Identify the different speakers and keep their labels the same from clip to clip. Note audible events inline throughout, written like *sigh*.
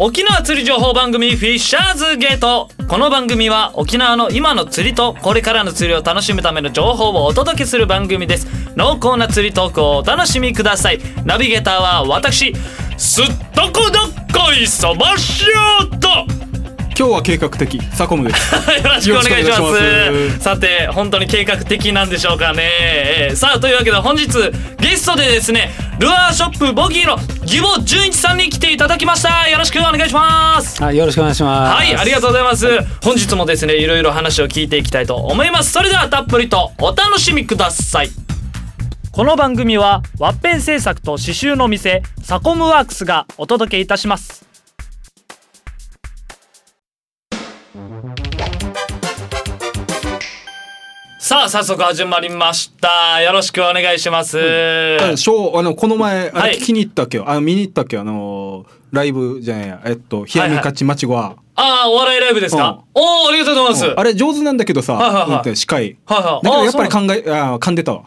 Speaker 1: 沖縄釣り情報番組フィッシャーズゲートこの番組は沖縄の今の釣りとこれからの釣りを楽しむための情報をお届けする番組です濃厚な釣りトークをお楽しみくださいナビゲーターは私すっとこどっこいそばしおと
Speaker 2: 今日は計画的サコムで
Speaker 1: *laughs*
Speaker 2: す。
Speaker 1: よろしくお願いし
Speaker 2: よ
Speaker 1: ま
Speaker 2: ろしくお願いし
Speaker 1: す。
Speaker 2: ます
Speaker 1: さて、本当に計画的なんでしょうかね。えーさあ、というわけで本日ゲストでですね、ルアーショップボギーの義母純一さんに来ていただきました。よろしくお願いします。
Speaker 3: はい、よろしくお願いします。
Speaker 1: はい、ありがとうございます。本日もですね、いろいろ話を聞いていきたいと思います。それではたっぷりとお楽しみください。この番組はワッペン製作と刺繍の店サコムワークスがお届けいたします。さあ早速始まりました。よろしくお願いします。
Speaker 2: ショーあのこの前あ
Speaker 1: は
Speaker 2: れ
Speaker 1: い
Speaker 2: 聞きに行ったっけ、あの見に行ったっけあのーライブじゃないやえっと冷やみ勝ちマチゴア、
Speaker 1: ああお笑いライブですか。おおありがとうございます。
Speaker 2: あれ上手なんだけどさ、
Speaker 1: はいはいはい
Speaker 2: うんって司会。
Speaker 1: はいはい
Speaker 2: だからやっぱり
Speaker 1: あ
Speaker 2: 考えあー噛んでたわ。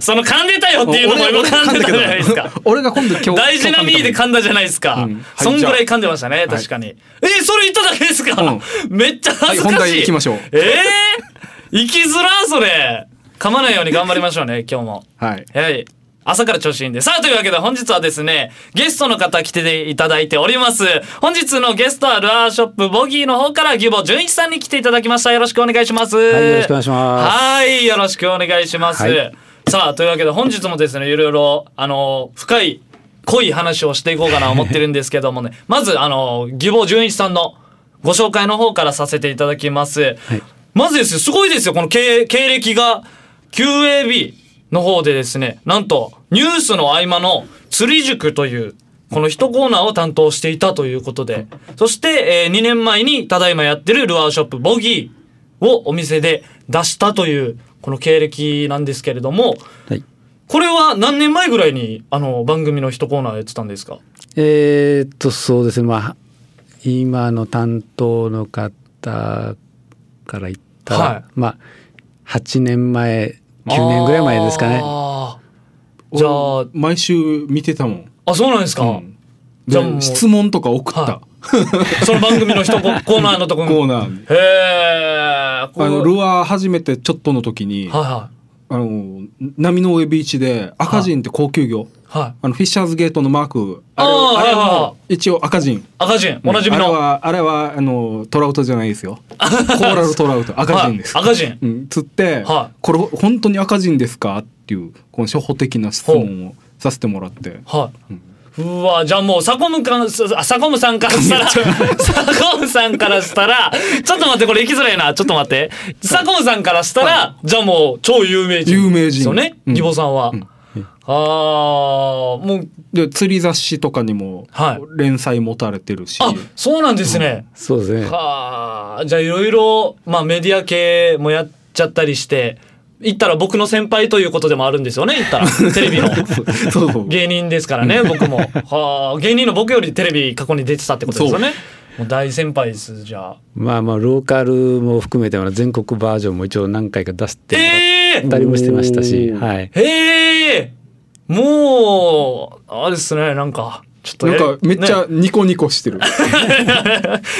Speaker 2: *laughs*
Speaker 1: その噛んでたよっていうのも今噛んでたじゃないですか。
Speaker 2: *laughs* 俺が今度今日
Speaker 1: 大事なミーで噛んだじゃないですか。
Speaker 2: うんはい
Speaker 1: そんぐらい噛んでましたね、確かに。えー、それ言っただけですか、めっちゃ恥ずかしい。
Speaker 2: はい本題行きましょう
Speaker 1: えー、行きづらーそれ。噛まないように頑張りましょう
Speaker 2: *laughs*
Speaker 1: ね、今日も。
Speaker 2: はい。
Speaker 1: はい。朝から調子いいんで。さあ、というわけで本日はですね、ゲストの方来ていただいております。本日のゲストはルアーショップボギーの方からギボ純一さんに来ていただきました。よろしくお願いします。
Speaker 3: いよろしくお願いします
Speaker 1: はい、よろしくお願いします。
Speaker 3: はい
Speaker 1: さあ、というわけで本日もですね、いろいろ、あの、深い、濃い話をしていこうかなと思ってるんですけども
Speaker 3: *laughs*
Speaker 1: ね、まず、あの、ギボ純一さんのご紹介の方からさせていただきます。まずですよ、すごいですよ、この経経歴が QAB の方でですね、なんと、ニュースの合間の釣り塾という、この一コーナーを担当していたということで、そして、え2年前にただいまやってるルアーショップボギー、をお店で出したというこの経歴なんですけれども
Speaker 3: はい。
Speaker 1: これは何年前ぐらいにあの番組の一コーナーやってたんですか
Speaker 3: えーっと、そうですね。まあ、今の担当の方から言ったら、
Speaker 1: はい
Speaker 3: まあ、8年前、9年ぐらい前ですかね。
Speaker 1: あーじゃあ
Speaker 2: 俺毎週見てたもん。
Speaker 1: あそうなんですか、
Speaker 2: うん
Speaker 1: じゃあもう
Speaker 2: で質問とか送った、
Speaker 1: はその番組の一ココーナーのところ
Speaker 2: コー
Speaker 1: ナ
Speaker 2: ナーに。
Speaker 1: ーへえ
Speaker 2: あのルアー始めてちょっとの時に、
Speaker 1: はいは
Speaker 2: あの波の上ビーチで赤人って高級魚。
Speaker 1: いはい
Speaker 2: あのフィッシャーズゲートのマーク
Speaker 1: あ
Speaker 2: あ
Speaker 1: ーはいはいはい
Speaker 2: れあれも一応赤人
Speaker 1: 赤人おなじみの、
Speaker 2: あれはあれはあのトラウトじゃないですよコーラルトラウト赤人で
Speaker 1: *laughs*
Speaker 2: す、
Speaker 1: はい赤人
Speaker 2: うん、釣って、
Speaker 1: はい
Speaker 2: これ本当に赤人ですかっていうこの初歩的な質問をさせてもらって
Speaker 1: はい。うわじゃあもうサコムかんさサコムさんからしたらサコムさんからしたらちょっと待ってこれ行きづらいなちょっと待ってサコムさんからしたら、じゃあもう超有名人
Speaker 2: 有
Speaker 1: で
Speaker 2: 名人
Speaker 1: すよね
Speaker 2: うん
Speaker 1: 義母さんは、ああもう
Speaker 2: で釣り雑誌とかにも
Speaker 1: はい
Speaker 2: 連載持たれてるし、
Speaker 1: あそうなんですね、
Speaker 3: そうですね。
Speaker 1: はあじゃあいろいろまあメディア系もやっちゃったりして行ったら僕の先輩ということでもあるんですよね行ったら
Speaker 2: *laughs*
Speaker 1: テレビの
Speaker 2: そうそう
Speaker 1: 芸人ですからね僕
Speaker 2: *laughs*
Speaker 1: もはあ芸人の僕よりテレビ過去に出てたってことですよねもう大先輩ですじゃあ
Speaker 3: まあまあ、ローカルも含めて、全国バージョンも一応何回か出してもらっ
Speaker 1: ええ
Speaker 3: たりもしてましたし、
Speaker 2: おー
Speaker 3: はい。
Speaker 1: ええもうあれですねなんかちょっと
Speaker 2: なん
Speaker 1: や
Speaker 2: かめっち
Speaker 1: ね
Speaker 2: ゃニコニコし
Speaker 1: *laughs*
Speaker 2: てる、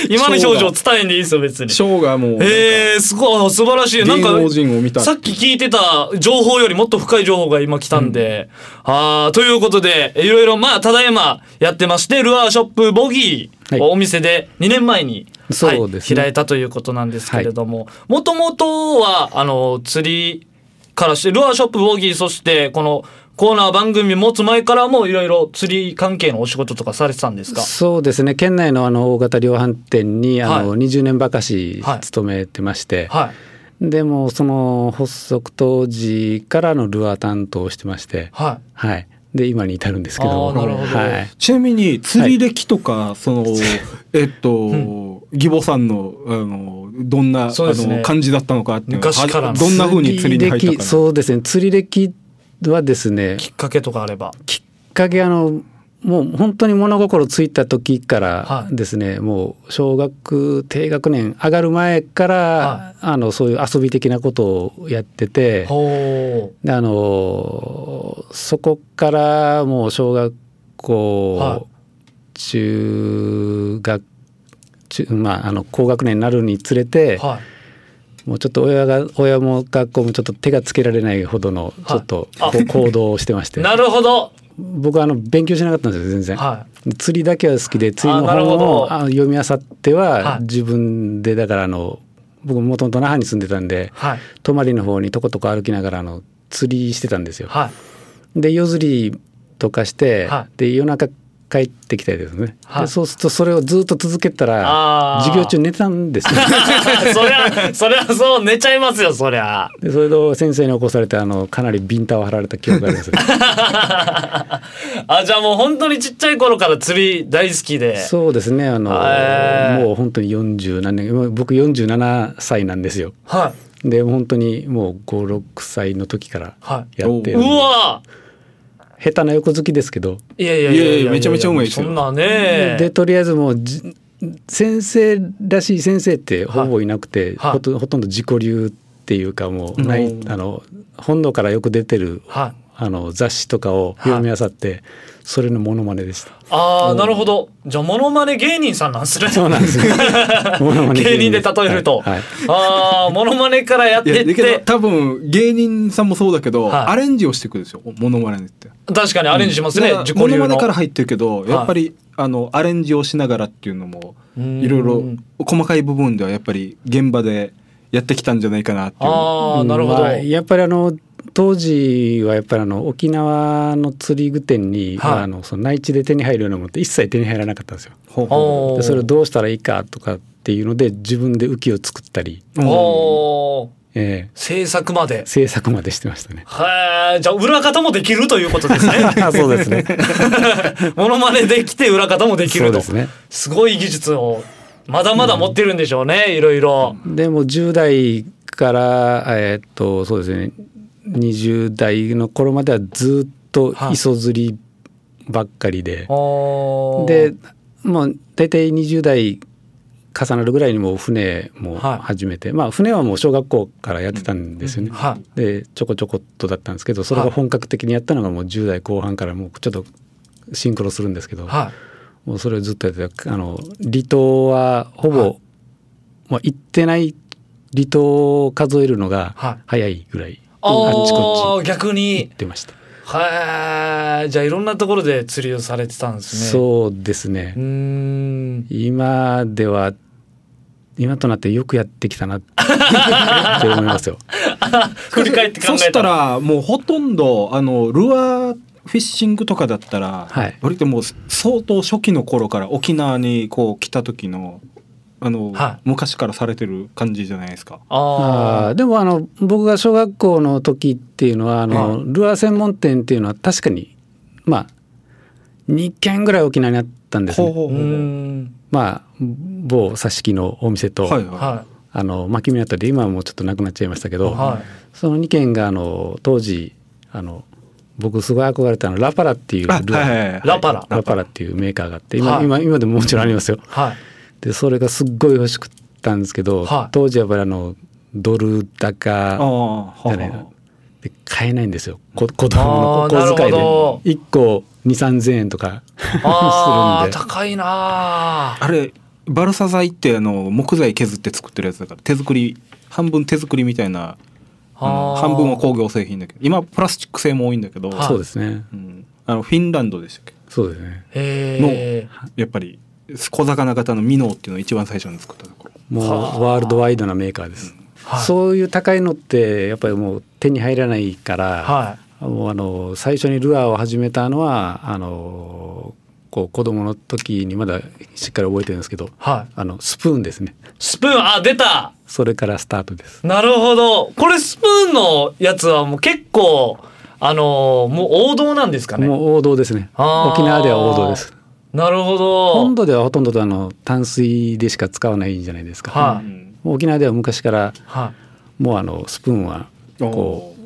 Speaker 1: 今の表情伝えんでいいですよ別に
Speaker 2: ショーがもうなんか
Speaker 1: ええすごい素晴らしいなん
Speaker 2: 芸
Speaker 1: か
Speaker 2: 能人を見た
Speaker 1: さっき聞いてた情報よりもっと深い情報が今来たんで、あーということでいろいろまあただいまやってましてルアーショップボギー
Speaker 3: は
Speaker 1: を
Speaker 3: い
Speaker 1: お店で2年前に、はい
Speaker 3: そうですね
Speaker 1: 開いたということなんですけれどももともとはあの釣りからしてルアーショップボギーそしてこのコーナー番組持つ前からもいろいろ釣り関係のお仕事とかされてたんですか
Speaker 3: そうですね県内のあの大型量販店にあの
Speaker 1: は
Speaker 3: 20年ばかし
Speaker 1: はい
Speaker 3: 勤めてまして、
Speaker 1: はい
Speaker 3: でもその発足当時からのルアー担当をしてまして、
Speaker 1: はい
Speaker 3: はい、で今に至るんですけど
Speaker 1: あーなるほど
Speaker 3: はい、
Speaker 2: ちなみに釣り歴とか、そ
Speaker 1: *laughs*
Speaker 2: のえっと、義母さんのあのどんな、あ
Speaker 1: そうですね
Speaker 2: の感じだったのかっていうのは
Speaker 1: 昔からの
Speaker 2: どんな風に釣りに入った
Speaker 3: 釣
Speaker 2: か
Speaker 3: り歴そうですね釣り歴はですね
Speaker 1: きっかけとかあれば
Speaker 3: きっかけあのもう本当に物心ついた時から
Speaker 1: はい
Speaker 3: ですね、もう小学低学年上がる前から、
Speaker 1: は
Speaker 3: あのそういう遊び的なことをやってて。
Speaker 1: ほ
Speaker 3: であのそこからもう小学校、
Speaker 1: は
Speaker 3: 中学中まああの高学年になるにつれて、
Speaker 1: はい。
Speaker 3: もうちょっと親が親も学校もちょっと手がつけられないほどのちょっとこう行動をしてまして
Speaker 1: なるほど。
Speaker 3: 僕はあの勉強しなかったんですよ全然、
Speaker 1: は
Speaker 3: 釣りだけは好きで釣りの
Speaker 1: あなるほ
Speaker 3: 本
Speaker 1: ど
Speaker 3: をあの読み漁って
Speaker 1: は
Speaker 3: はい自分でだからあの僕もともと那覇に住んでたんで
Speaker 1: はい。
Speaker 3: 泊まりの方にとことこ歩きながらあの釣りしてたんですよ
Speaker 1: はい。
Speaker 3: で夜釣りとかして、
Speaker 1: は
Speaker 3: で夜中帰ってきたりですね、
Speaker 1: はい
Speaker 3: でそうするとそれをずっと続けてたら
Speaker 1: あー
Speaker 3: 授業中寝たんですよ
Speaker 1: *laughs* そりゃ、そりゃそう、寝ちゃいますよ、そりゃ。 *laughs*
Speaker 3: でそれと先生に起こされてあのかなりビンタを張られた記憶があり
Speaker 1: *laughs*
Speaker 3: ます
Speaker 1: あ、じゃあもう本当にちっちゃい頃から釣り大好きで。
Speaker 3: そうですねあの、
Speaker 1: へー
Speaker 3: もう本当に40何年もう僕47歳なんですよ
Speaker 1: はい。
Speaker 3: で本当にもう56歳の時から
Speaker 1: は
Speaker 3: やって
Speaker 1: い。
Speaker 3: る
Speaker 1: うわ
Speaker 3: 下手な横好きですけど
Speaker 1: いやいやいや
Speaker 2: いやいやめちゃめちゃうまいですよ
Speaker 1: そんなね。
Speaker 3: でとりあえずもうじ先生らしい先生ってほぼいなくて、
Speaker 1: はい
Speaker 3: ほとほとんど自己流っていうかもうない、
Speaker 2: うん
Speaker 3: あの本能からよく出てる
Speaker 1: はい。
Speaker 3: あの雑誌とかを読み漁って、それのモノマネでした。
Speaker 1: ああ、なるほど。じゃあ、モノマネ芸人さんなんですね。
Speaker 3: そうなんですよ
Speaker 1: *laughs*
Speaker 3: モノマネ
Speaker 1: 芸人で
Speaker 3: す
Speaker 1: 例えると。
Speaker 3: はいはい
Speaker 1: ああ、モノマネからやっ
Speaker 2: いや
Speaker 1: てっ
Speaker 2: だけど
Speaker 1: て、
Speaker 2: 多分芸人さんもそうだけど、
Speaker 1: はい
Speaker 2: アレンジをしていくでしょモノマネって。
Speaker 1: 確かにアレンジしますね、自己
Speaker 2: モ
Speaker 1: 流
Speaker 2: ノ
Speaker 1: の。
Speaker 2: マネから入ってるけどやっぱり、あのアレンジをしながらっていうのもいろいろ
Speaker 1: うん
Speaker 2: 細かい部分ではやっぱり現場でやってきたんじゃないかなっていう。
Speaker 1: ああ、なるほど。
Speaker 3: まあやっぱりあの当時はやっぱりあの沖縄の釣り具店に、
Speaker 1: はい
Speaker 3: まああのその内地で手に入るようなものって一切手に入らなかったんですよ。
Speaker 2: ほうほ
Speaker 1: お
Speaker 3: で
Speaker 1: ー
Speaker 3: それをどうしたらいいかとかっていうので自分で浮きを作ったり、
Speaker 2: ううん
Speaker 1: おー
Speaker 3: え
Speaker 1: 制作まで。
Speaker 3: え。制作までしてましたね
Speaker 1: はい、じゃあ裏方もできるということ
Speaker 3: *laughs*
Speaker 1: ですね。
Speaker 3: そうで
Speaker 1: *laughs*
Speaker 3: すね。
Speaker 1: モノマネできて裏方もでき
Speaker 3: そう
Speaker 1: ると。
Speaker 3: ですすね。
Speaker 1: ごい技術をまだまだ持ってるんでしょうね、いろいろ。
Speaker 3: でも10代からえーっとそうですね20代の頃まではずっと
Speaker 1: はい
Speaker 3: 磯釣りばっかりで、
Speaker 1: おー
Speaker 3: で、まあ大体20代重なるぐらいにもう船も
Speaker 1: はい
Speaker 3: 始めて、まあ船はもう小学校からやってたんですよね。
Speaker 1: はい。
Speaker 3: でちょこちょこっとだったんですけどそれが本格的にやったのがもう10代後半からもうちょっとシンクロするんですけど、
Speaker 1: は
Speaker 3: もうそれをずっとやってたあの離島はほぼ、
Speaker 1: はい
Speaker 3: まあ、行ってない離島を数えるのが
Speaker 1: はい
Speaker 3: 早いぐらい、
Speaker 1: い。
Speaker 3: あっちこ
Speaker 1: おー
Speaker 3: っ
Speaker 1: 逆
Speaker 3: ち行
Speaker 1: に
Speaker 3: っ。てました、
Speaker 1: はい。じゃあいろんなところで釣りをされてたんですね。
Speaker 3: そうですね
Speaker 1: うーん。
Speaker 3: 今では今となってよくやってきたなって思いますよ
Speaker 1: 振り返って考えた
Speaker 2: *laughs* そしたらもうほとんどあのルアーフィッシングとかだったら、
Speaker 3: はい
Speaker 2: 割ともう相当初期の頃から沖縄にこう来た時のあの、
Speaker 1: は
Speaker 2: 昔からされてる感じじゃないですか。
Speaker 1: あ
Speaker 3: あーでもあの僕が小学校の時っていうのはあの、ルアー専門店っていうのは確かにまあ2軒ぐらい沖縄にあったんですね
Speaker 1: あ。うーん。
Speaker 3: まあ某挿し木のお店と、
Speaker 2: はいはい。
Speaker 1: は
Speaker 3: あの巻き目あたりで今はもうちょっとなくなっちゃいましたけど、
Speaker 1: い。は
Speaker 3: その2軒があの当時あの僕すごい憧れたのラパラっていうル
Speaker 2: あ
Speaker 3: アー、
Speaker 2: はいはいはい
Speaker 1: い。ラパラ。
Speaker 3: ラパラっていうメーカーがあって今,、
Speaker 1: はい
Speaker 3: 今今でももちろんありますよ。
Speaker 1: はい。
Speaker 3: でそれがすっごい欲しくったんですけど、
Speaker 1: はい
Speaker 3: 当時はやっぱりあのドル
Speaker 2: ああ
Speaker 3: 高
Speaker 2: は
Speaker 3: じゃないなで買えないんですよこ子供の
Speaker 1: あーなる
Speaker 3: 小
Speaker 1: ほ
Speaker 3: 遣いで
Speaker 1: ど
Speaker 3: 1個2,3,000円とか
Speaker 1: ああ、
Speaker 3: するんで
Speaker 1: 高いなー
Speaker 2: あれバルサ材ってあの木材削って作ってるやつだから手作り半分手作りみたいなあの
Speaker 1: あー
Speaker 2: 半分は工業製品だけど今プラスチック製も多いんだけど、
Speaker 1: はい
Speaker 3: そうですね
Speaker 2: うん、あのフィンランドでしたっけ
Speaker 3: そうですね
Speaker 1: へえ。
Speaker 2: やっぱり小魚型のミノーっていうのを一番最初に作ったところ
Speaker 3: もう
Speaker 1: はあ
Speaker 3: ワールドワイドなメーカーです、
Speaker 1: はい
Speaker 3: そういう高いのってやっぱりもう手に入らないから、
Speaker 1: は
Speaker 3: もうあの最初にルアーを始めたのはあのこう子供の時にまだしっかり覚えてるんですけど
Speaker 1: い。はい。
Speaker 3: あのスプーンですね
Speaker 1: スプーン、あ、出た
Speaker 3: それからスタートです
Speaker 1: なるほど。これスプーンのやつはもう結構、あのーもう王道なんですかね。
Speaker 3: もう王道ですね
Speaker 1: あー
Speaker 3: 沖縄では王道です
Speaker 1: なるほど。
Speaker 3: 本土ではほとんどあの淡水でしか使わないじゃないですか、
Speaker 1: は
Speaker 2: うん
Speaker 3: 沖縄では昔から
Speaker 1: は
Speaker 3: もうあのスプーンはこ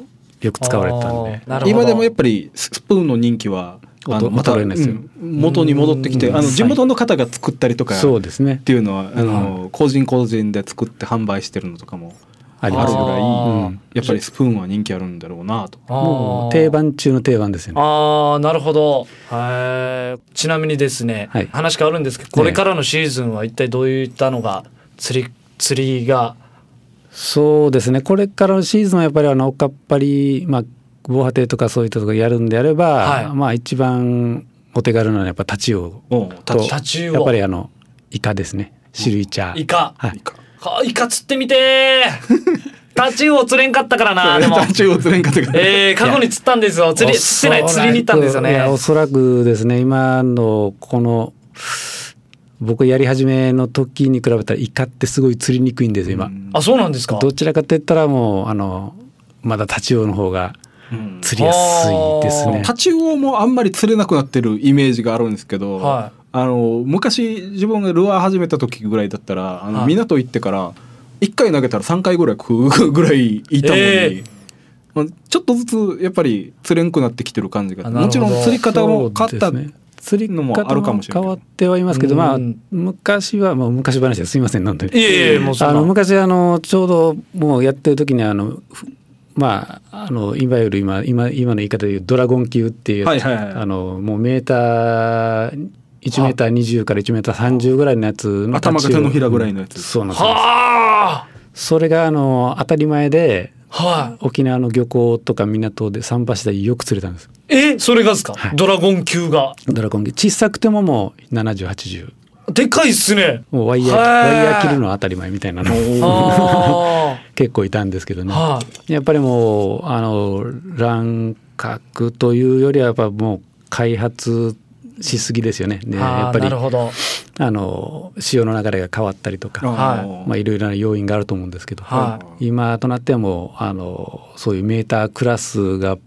Speaker 3: うよく使われてたんで
Speaker 1: あーなるほど
Speaker 2: 今でもやっぱりスプーンの人気はあの
Speaker 3: 衰衰えないですよ
Speaker 2: うん元に戻ってきて
Speaker 3: う
Speaker 2: あ
Speaker 3: ん
Speaker 2: の
Speaker 3: はい
Speaker 2: 地元の方が作ったりとか
Speaker 3: そう
Speaker 2: っ
Speaker 3: ですね
Speaker 2: ていうのはあの個人個人で作って販売してるのとかも
Speaker 3: あり
Speaker 2: あ
Speaker 3: ま
Speaker 2: る
Speaker 3: す
Speaker 2: ぐ
Speaker 1: あ
Speaker 2: らい、
Speaker 1: ー
Speaker 2: うんやっぱりスプーンは人気あるんだろうなと。
Speaker 3: もう定番中の定番ですよね。
Speaker 1: ああなるほどへーちなみにですね、
Speaker 3: はい
Speaker 1: 話変わるんですけどこれからのシーズンは一体どういったのが釣り釣りが
Speaker 3: そうですねこれからのシーズンはやっぱりあのおかっぱり、まあ、防波堤とかそういったとこやるんであれば、
Speaker 1: はい
Speaker 3: まあ一番お手軽なのはやっぱタチウオ
Speaker 2: おう
Speaker 3: と
Speaker 1: タチウオ
Speaker 3: やっぱりあのイカですねシルイチャー
Speaker 1: イカ
Speaker 3: はい、
Speaker 1: あイカ釣ってみて
Speaker 3: *laughs*
Speaker 1: ータチウオ釣れんかったからなでも
Speaker 2: タチウオ釣れんかったから
Speaker 1: えー、過去に釣ったんですよ釣り釣ってない釣りに行ったんですよ
Speaker 3: いや
Speaker 1: ね
Speaker 3: おそらくですね今のこの僕やり始めの時に比べたらイカってすごい釣りにくいんですよ今、
Speaker 2: うん
Speaker 1: あそうなんですか
Speaker 3: どちらかといったらもうあのまだタチウオの方が
Speaker 2: うん
Speaker 3: 釣りやすいですね
Speaker 2: タチウオもあんまり釣れなくなってるイメージがあるんですけど、
Speaker 1: は
Speaker 2: あの昔自分がルアー始めた時ぐらいだったらあの、
Speaker 1: はい
Speaker 2: 港行ってから1回投げたら3回ぐらい食うぐらいいたのに、
Speaker 1: え
Speaker 2: まあちょっとずつやっぱり釣れんくなってきてる感じが
Speaker 1: あなるほど
Speaker 2: もちろん釣り方も
Speaker 3: そう
Speaker 2: 変
Speaker 3: で
Speaker 2: わった
Speaker 3: すね釣り
Speaker 2: のもあ
Speaker 3: 方
Speaker 2: るかも
Speaker 3: も
Speaker 2: しれない
Speaker 3: 変わってはいますけど、まあ
Speaker 1: うん
Speaker 3: 昔はもう昔話ですいませんなん
Speaker 1: い
Speaker 3: で。
Speaker 1: えいえもうそ
Speaker 3: あの
Speaker 1: んな
Speaker 3: 昔あのちょうどもうやってる時にあのふまああの今より今今今の言い方で言うドラゴン級っていう、
Speaker 2: はいはいはい
Speaker 3: あのもうメーター1メーター20から1メーター30ぐらいのやつの
Speaker 2: 頭が手のひらぐらいのやつ
Speaker 3: そうなんですよ。
Speaker 1: はあ
Speaker 3: それがあの当たり前で
Speaker 1: は
Speaker 3: 沖縄の漁港とか港で桟橋でよく釣れたんです
Speaker 1: いえそれがですか、
Speaker 3: はい
Speaker 1: ドラゴン級が
Speaker 3: ドラゴン級小さくてももう7080
Speaker 1: でかいっすね
Speaker 3: もうワイヤー
Speaker 1: へー
Speaker 3: ワイヤー切るのは当たり前みたいなの
Speaker 1: あ
Speaker 3: 結構いたんですけど *laughs*
Speaker 1: あ
Speaker 3: ね
Speaker 1: はい
Speaker 3: やっぱりもうあの乱獲というよりはやっぱもう開発しすぎですよねで
Speaker 1: あー
Speaker 3: やっぱり
Speaker 1: なるほど
Speaker 3: あの潮の流れが変わったりとか
Speaker 1: はい
Speaker 2: あ
Speaker 3: まあいろいろな要因があると思うんですけど、
Speaker 1: は
Speaker 3: 今となってはもうあのそういうメータークラスが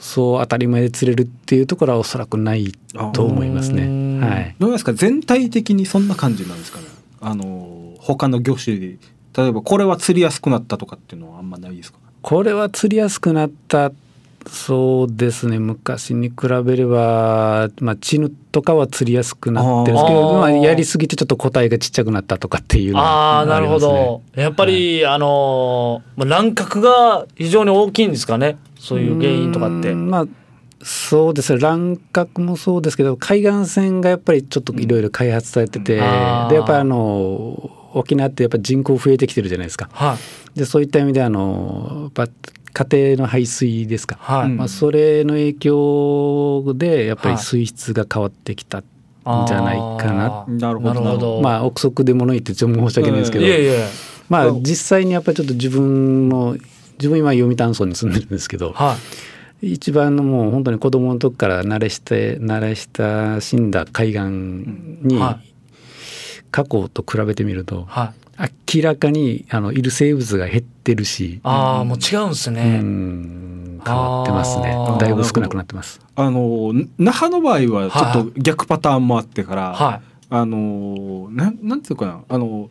Speaker 3: そう当たり前で釣れるっていうところはおそらくないと思います
Speaker 1: あー
Speaker 3: ね。はい、
Speaker 2: どうですか全体的にそんな感じなんですかねあの他の魚種で例えばこれは釣りやすくなったとかっていうのはあんまないですか
Speaker 3: これは釣りやすくなったそうですね昔に比べれば、まあ、チヌとかは釣りやすくなってるんですけ
Speaker 1: あ
Speaker 3: ど
Speaker 1: ー
Speaker 3: まあ、やりすぎてちょっと個体がちっちゃくなったとかっていうのは
Speaker 1: ああーなるほどやっぱり、あのーまあ乱獲が非常に大きいんですかねそういう原因とかって
Speaker 3: うーんまあそうですね乱獲もそうですけど海岸線がやっぱりちょっといろいろ開発されてて、
Speaker 2: うん
Speaker 3: で
Speaker 1: あー
Speaker 3: やっぱりあの沖縄ってやっぱ人口増えてきてるじゃないですか
Speaker 1: はい
Speaker 3: でそういった意味であのやっぱ家庭の排水ですか、
Speaker 1: はい、
Speaker 2: うん
Speaker 3: まあ、それの影響でやっぱり水質が変わってきた、
Speaker 1: あー
Speaker 3: じゃないかな
Speaker 2: なるほ
Speaker 1: な
Speaker 2: ど
Speaker 1: るほど
Speaker 3: まあ憶測で物言ってちょっと申し訳ないですけ
Speaker 1: い
Speaker 3: ど、
Speaker 1: えいえ
Speaker 3: まあ実際にやっぱりちょっと自分の自分今読谷村に住んでるんですけど、
Speaker 1: はい
Speaker 3: 一番のもう本当に子供の時から慣れして慣れ親しんだ海岸に
Speaker 1: は
Speaker 3: 過去と比べてみると
Speaker 1: はい
Speaker 3: 明らかにあのいる生物が減ってるし、
Speaker 1: ああもう違うんです
Speaker 3: う
Speaker 1: ね、
Speaker 3: ん、変わってますね
Speaker 1: あー
Speaker 3: だいぶ少なくなってます。
Speaker 2: あの那覇の場合はちょっと逆パターンもあってから、
Speaker 1: はい
Speaker 2: あのなんなんていうかなあの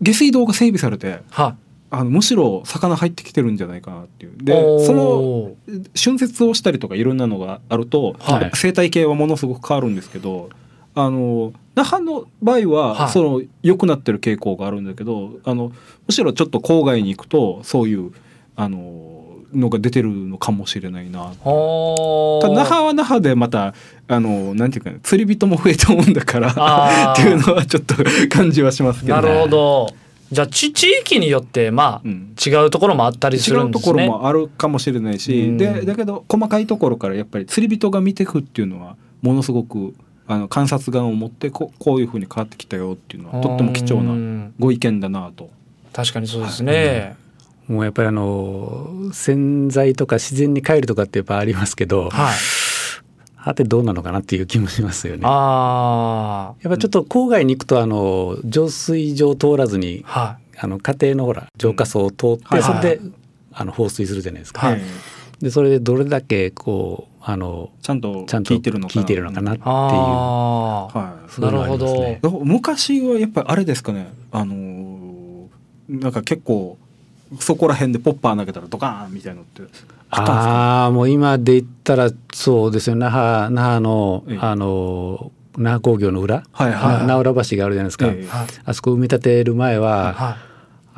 Speaker 2: 下水道が整備されて
Speaker 1: は
Speaker 2: あのむしろ魚入ってきてるんじゃないかなっていう
Speaker 1: い
Speaker 2: で
Speaker 1: おー
Speaker 2: その春節をしたりとかいろんなのがあると、
Speaker 1: はい
Speaker 2: 生態系はものすごく変わるんですけどあの那覇の場合は、
Speaker 1: はい
Speaker 2: その良くなってる傾向があるんだけどあのむしろちょっと郊外に行くとそういうあののが出てるのかもしれないな
Speaker 1: おー
Speaker 2: ただ那覇は那覇でまたあのなんていうかな釣り人も増えたもんだから
Speaker 1: あー
Speaker 2: っていうのはちょっと感じはしますけど
Speaker 1: な
Speaker 2: ね、
Speaker 1: るほどじゃあち地域によってまあ、
Speaker 2: うん
Speaker 1: 違うところもあったりす
Speaker 2: 違
Speaker 1: る
Speaker 2: うん
Speaker 1: で
Speaker 2: と
Speaker 1: す
Speaker 2: ころ
Speaker 1: ね
Speaker 2: もあるかもしれないし、
Speaker 1: うん
Speaker 2: でだけど細かいところからやっぱり釣り人が見てくっていうのはものすごくあの観察眼を持ってここういうふうに変わってきたよっていうのはとっても貴重な
Speaker 1: な
Speaker 2: ご意見だなと。
Speaker 1: 確かにそうですね、
Speaker 3: もうやっぱりあの洗剤とか自然に帰るとかってやっぱありますけど、
Speaker 1: はい
Speaker 3: はてどうなのかなっていう気もしますよね。
Speaker 1: あ
Speaker 3: やっぱちょっと郊外に行くとあの浄水場通らずに
Speaker 1: あは
Speaker 3: あの家庭のほら浄化槽を通って、
Speaker 2: はい
Speaker 3: それで、
Speaker 1: はい
Speaker 3: あの放水するじゃないですか、
Speaker 1: はい
Speaker 2: え
Speaker 3: でそれでどれだけこうあの
Speaker 2: えちゃんと
Speaker 3: ちゃんと
Speaker 2: 聞いてるのかな。
Speaker 3: 聞いてるのかなって
Speaker 1: い
Speaker 3: いう
Speaker 1: ああ
Speaker 2: はい
Speaker 3: そういうのはあります
Speaker 1: なるほ
Speaker 3: ね
Speaker 2: だから昔はやっぱりあれですかねあのーなんか結構そこら辺でポッパー投げたらドカーンみたいなのってあったんですか
Speaker 3: ああーもう今で言ったらそうですよ那覇那覇の
Speaker 2: ええ
Speaker 3: あの那覇工業の裏、
Speaker 2: はいはい
Speaker 3: な那浦橋があるじゃないですか、
Speaker 2: ええ
Speaker 1: はい
Speaker 3: あそこ埋め立てる前は、
Speaker 1: は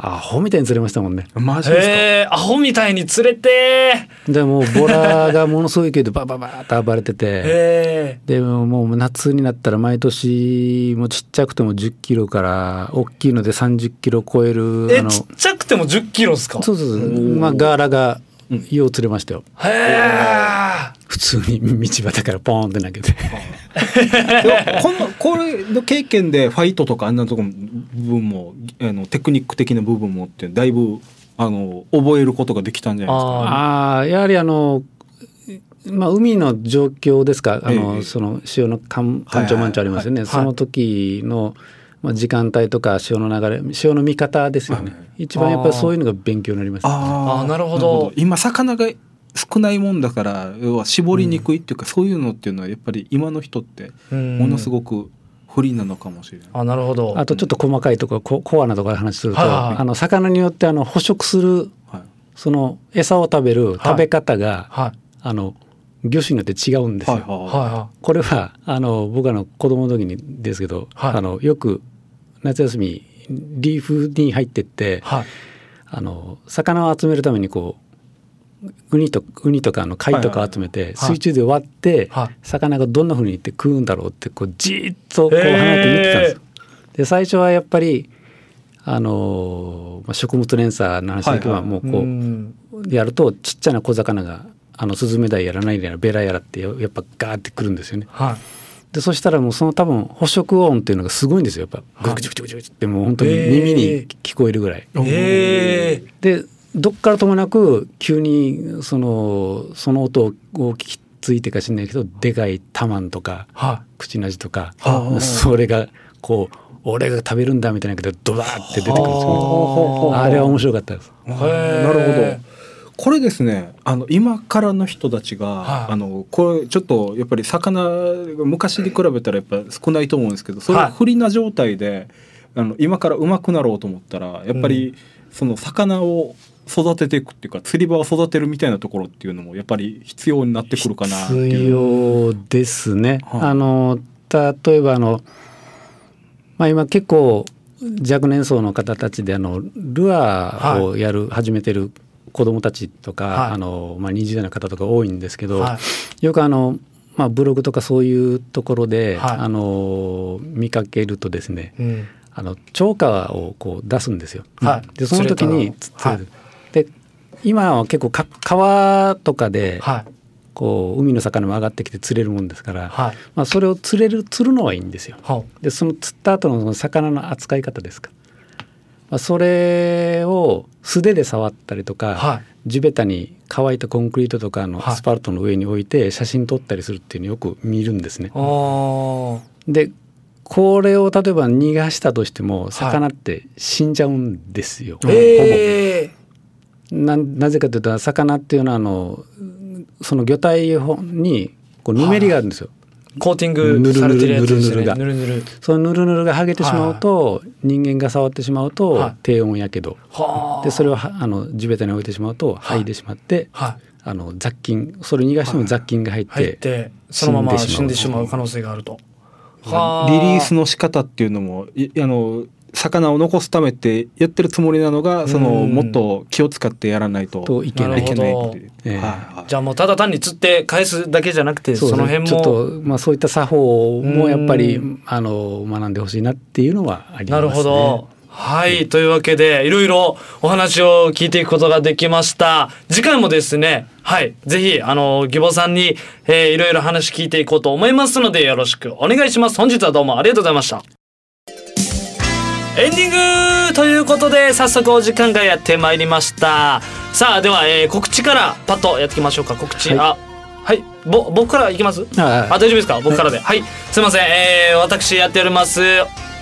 Speaker 3: アホみたいに釣れましたもんね
Speaker 2: マジですか、
Speaker 1: えー、アホみたいに釣れて
Speaker 3: でもうボラがものすごい勢いでバババーッと暴れて
Speaker 1: ー
Speaker 3: て
Speaker 1: え
Speaker 3: でももう夏になったら毎年もうちっちゃくても1 0キロから大きいので3 0キロ超える
Speaker 1: ー、え
Speaker 3: あの
Speaker 1: ち
Speaker 3: そ
Speaker 1: っちゃくても1 0キロですか
Speaker 3: うそうそう、まあ、ガーラがよう釣れましたよ
Speaker 1: へえ
Speaker 3: 普通に道端からポーンって投げて
Speaker 2: いやこのこれの経験でファイトとかあんなとこの部分もあのテクニック的な部分もってだいぶあの覚えることができたんじゃないですか。
Speaker 1: あ
Speaker 3: ああやはりあのまあ、海の状況ですかあの、
Speaker 2: ええ
Speaker 3: その潮の干干潮満潮ありますよね、
Speaker 1: はいはい
Speaker 3: その時の、まあ、時間帯とか潮の流れ潮の見方ですよね、一番やっぱりそういうのが勉強になります
Speaker 1: あーなるほど
Speaker 2: 今魚が少ないもんだから要は絞りにくいっていうか、そういうのっていうのはやっぱり今の人って
Speaker 1: あも
Speaker 2: ものす
Speaker 1: く
Speaker 2: ごく不利なのかもしれない。
Speaker 1: あなるほど
Speaker 3: あとちょっと細かいところココアなところで話すると、
Speaker 1: はいはい
Speaker 3: あの魚によってあの捕食する
Speaker 2: はい
Speaker 3: その餌を食べる食べ方が、
Speaker 1: はい
Speaker 3: あの魚種によって違うんですよ。
Speaker 2: はいはいはい
Speaker 1: はいは
Speaker 3: これはあの僕あの子供の時にですけど、
Speaker 1: はい
Speaker 3: あのよく夏休みリーフに入ってって
Speaker 1: いはい
Speaker 3: あの魚を集めるためにこうウニとウニとかあの貝とか集めて、
Speaker 1: い
Speaker 3: 水中で割って、
Speaker 1: はい
Speaker 3: 魚がどんな風にいって食うんだろうってこうじーっとこう
Speaker 1: へー
Speaker 3: 離れて見てたんですよ。で最初はやっぱりあのーまあ植物連鎖の話だけ
Speaker 2: は
Speaker 3: はい
Speaker 2: はい
Speaker 3: もうこう、
Speaker 1: うん
Speaker 3: やるとちっちゃな小魚があのスズメダイやらないやらベラやらってややっぱガーってくるんですよね。
Speaker 1: はい
Speaker 3: でそしたらもうその多分捕食音っていうのがすごいんですよやっぱ
Speaker 1: はい
Speaker 3: グクチュクチュクチュクチュってもう本当に
Speaker 1: へー
Speaker 3: 耳に聞こえるぐらい。
Speaker 1: え
Speaker 3: でどっからともなく急にそのその音を聞きついてか知んないけどでかいタマンとか
Speaker 1: ー、は
Speaker 3: 口なじとか
Speaker 2: あー
Speaker 3: それがこう俺が食べるんだみたいなけどドバーって出てく
Speaker 1: ほ
Speaker 3: るんです
Speaker 1: う
Speaker 3: よ。
Speaker 1: ほうほう
Speaker 3: あれは面白かったです。
Speaker 2: あ
Speaker 1: へー
Speaker 2: ーなるほど。これですねあの今からの人たちが、
Speaker 1: はい
Speaker 2: あのこれちょっとやっぱり魚が昔に比べたらやっぱ少ないと思うんですけどそれ
Speaker 1: は
Speaker 2: が
Speaker 1: い
Speaker 2: 不利な状態で、あの今からうまくなろうと思ったらやっぱり、その魚を育てていくっていうか釣り場を育てるみたいなところっていうのもやっぱり必要になってくるかなって
Speaker 3: 必
Speaker 2: いう。
Speaker 3: 要ですね。
Speaker 2: はい
Speaker 3: あの例えばあの、まあ、今結構若年層の方たちであのルアーをやる、始めてる子どもたちとか、
Speaker 1: はい
Speaker 3: あのまあ、20代の方とか多いんですけ
Speaker 1: い
Speaker 3: ど、
Speaker 1: は
Speaker 3: よくあの、まあ、ブログとかそういうところで、
Speaker 1: はい
Speaker 3: あの見かけるとですね
Speaker 1: いうん
Speaker 3: あの釣果をこう出すんですよ。
Speaker 1: はい
Speaker 3: でその時
Speaker 1: 釣れ
Speaker 3: に
Speaker 1: た
Speaker 3: 釣
Speaker 1: の
Speaker 3: れるで今は結構か川とかで、
Speaker 1: はい
Speaker 3: こう海の魚も上がってきて釣れるもんですから、
Speaker 1: はい
Speaker 3: まあ、それを釣れる釣るのはいいんですよ。
Speaker 1: は
Speaker 3: でその釣った後のその魚の扱い方ですか、まあ、それを素手で触ったりとか、
Speaker 1: はい
Speaker 3: 地べたに乾いたコンクリートとかの
Speaker 1: はい
Speaker 3: アスファルトの上に置いて写真撮ったりするっていうのをよく見るんですね。
Speaker 1: おー
Speaker 3: でこれを例えば逃がしたとしても魚って死んじゃうんですよ。
Speaker 1: えー、
Speaker 3: ななぜかというと魚っていうのはあのその魚体にこうぬめりがあるんですよ。
Speaker 1: コーティングされてるやつですね
Speaker 3: ぬ
Speaker 1: ぬるぬる
Speaker 3: そのぬるぬるが剥げてしまうと、人間が触ってしまうと、
Speaker 1: はい
Speaker 3: 低温やけど
Speaker 1: はあ
Speaker 3: でそれをはあの地べたに置いてしまうと
Speaker 1: はい
Speaker 3: 剥いでしまって、
Speaker 1: はい
Speaker 3: あの雑菌それ逃がしても雑菌が入って,、
Speaker 1: 入ってそのまま死
Speaker 3: 死
Speaker 1: ん
Speaker 3: ん
Speaker 1: で
Speaker 3: で
Speaker 1: し
Speaker 3: し
Speaker 1: ま
Speaker 3: ま
Speaker 1: う可能性があると
Speaker 2: リリースの仕方っていうのもいあの魚を残すためってやってるつもりなのがその
Speaker 1: うん
Speaker 2: もっと気を使ってやらないと
Speaker 3: といけない
Speaker 2: いけないっていう。
Speaker 3: なるほど
Speaker 2: はいはい
Speaker 1: じゃあもうただ単に釣って返すだけじゃなくてそ
Speaker 3: そう
Speaker 1: の
Speaker 3: ですね
Speaker 1: 辺
Speaker 3: ちょっ
Speaker 1: も
Speaker 3: と、まあ、そういった作法もやっぱり
Speaker 1: うん
Speaker 3: あの学んでほしいなっていうのはあります
Speaker 1: なる
Speaker 3: ね。
Speaker 1: ほど。はい。というわけで、いろいろお話を聞いていくことができました。次回もですね、はい。ぜひ、あの、義母さんに、えーいろいろ話聞いていこうと思いますので、よろしくお願いします。本日はどうもありがとうございました。エンディングということで、早速お時間がやってまいりました。さあ、では、えー告知からパッとやっていきましょうか。告知、
Speaker 3: はい
Speaker 1: あ、はい。ぼ、僕からいきます
Speaker 3: あ
Speaker 1: あ大丈夫ですか僕からではい、すいません、えー私やっております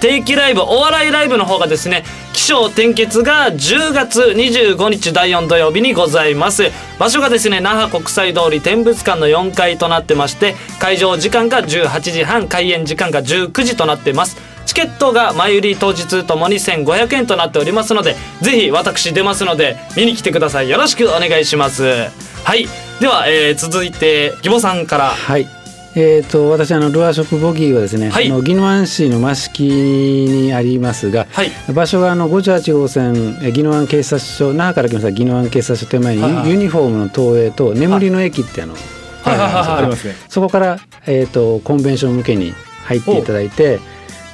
Speaker 1: 定期ライブお笑いライブの方がですね起承転結が10月25日第4土曜日にございます場所がですね那覇国際通り展物館の4階となってまして会場時間が18時半開演時間が19時となってますチケットが前売り当日ともに1500円となっておりますのでぜひ私出ますので見に来てくださいよろしくお願いしますはいでは、えー続いて義母さんから
Speaker 3: はい、ええー、と私あのルアー食ボギーはですね、
Speaker 1: はい
Speaker 3: あの宜野湾市の益城にありますが、
Speaker 1: はい
Speaker 3: 場所があの58号線えー宜野湾警察署那覇から来ました宜野湾警察署手前に
Speaker 1: はいはい
Speaker 3: ユユニフォームの投影と眠りの駅ってあの
Speaker 1: はいはい
Speaker 2: あ
Speaker 1: は
Speaker 2: り
Speaker 1: いは
Speaker 2: ま
Speaker 1: い。
Speaker 2: すね。
Speaker 3: そこから、えー、とコンベンション向けに入っていただいて、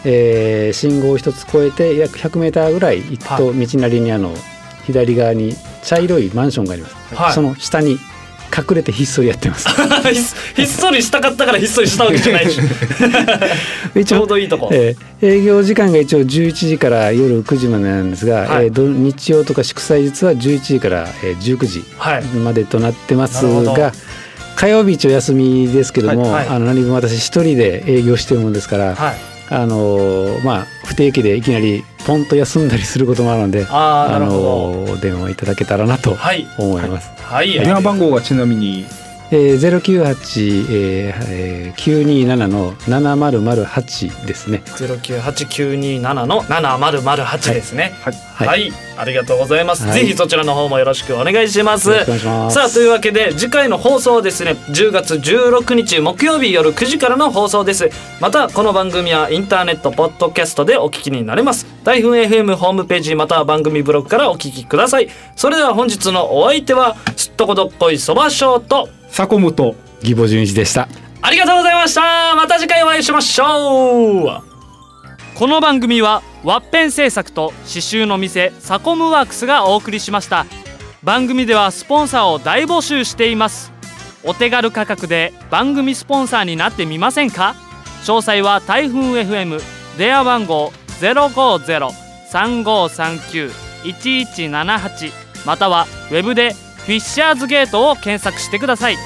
Speaker 3: えー信号を一つ越えて約 100m ぐらい行くと道なりにあの左側に茶色いマンションがあります、
Speaker 1: はい
Speaker 3: その下に隠れてひっそりやってま
Speaker 1: *laughs*
Speaker 3: す
Speaker 1: ひっひっそりしたかったからひっそりしたわけじゃ *laughs* ないしちょうどいいとこ、
Speaker 3: えー営業時間が一応11時から夜9時までなんですが、
Speaker 1: はい
Speaker 3: えーど日曜とか祝祭日は11時から、えー19時
Speaker 1: はい
Speaker 3: までとなってます
Speaker 1: なるほど
Speaker 3: が火曜日一応休みですけども、
Speaker 1: はいはい
Speaker 3: あの何分私一人で営業してるもんですから、
Speaker 1: はい
Speaker 3: あのーまあ不定期でいきなりポンと休んだりすることもあるので
Speaker 1: ああなるほど、
Speaker 3: のーお電話いただけたらなと
Speaker 1: はい
Speaker 3: 思います。
Speaker 1: はい
Speaker 2: 電話番号がちなみに
Speaker 3: えー、098、えーえー、927の7008ですね。
Speaker 1: ゼロ九八九二七の七丸丸八ですね。
Speaker 2: はい
Speaker 1: はい、ありがとうございます、
Speaker 3: はい
Speaker 1: ぜひそちらの方もよろしくお願いします。
Speaker 3: よろしくお願いします
Speaker 1: さあというわけで次回の放送はですね10月16日木曜日夜9時からの放送ですまたこの番組はインターネットポッドキャストでお聞きになれます台風 FM ホームページまたは番組ブログからお聞きくださいそれでは本日のお相手はすっとこどっこいそばショーと
Speaker 2: サコムと
Speaker 3: 義母純一でした。
Speaker 1: ありがとうございましたまた次回お会いしましょうこの番組はワッペン製作と刺繍の店サコムワークスがお送りしました番組ではスポンサーを大募集していますお手軽価格で番組スポンサーになってみませんか詳細は台風 FM 電話番号050-3539-1178またはウェブでフィッシャーズゲートを検索してください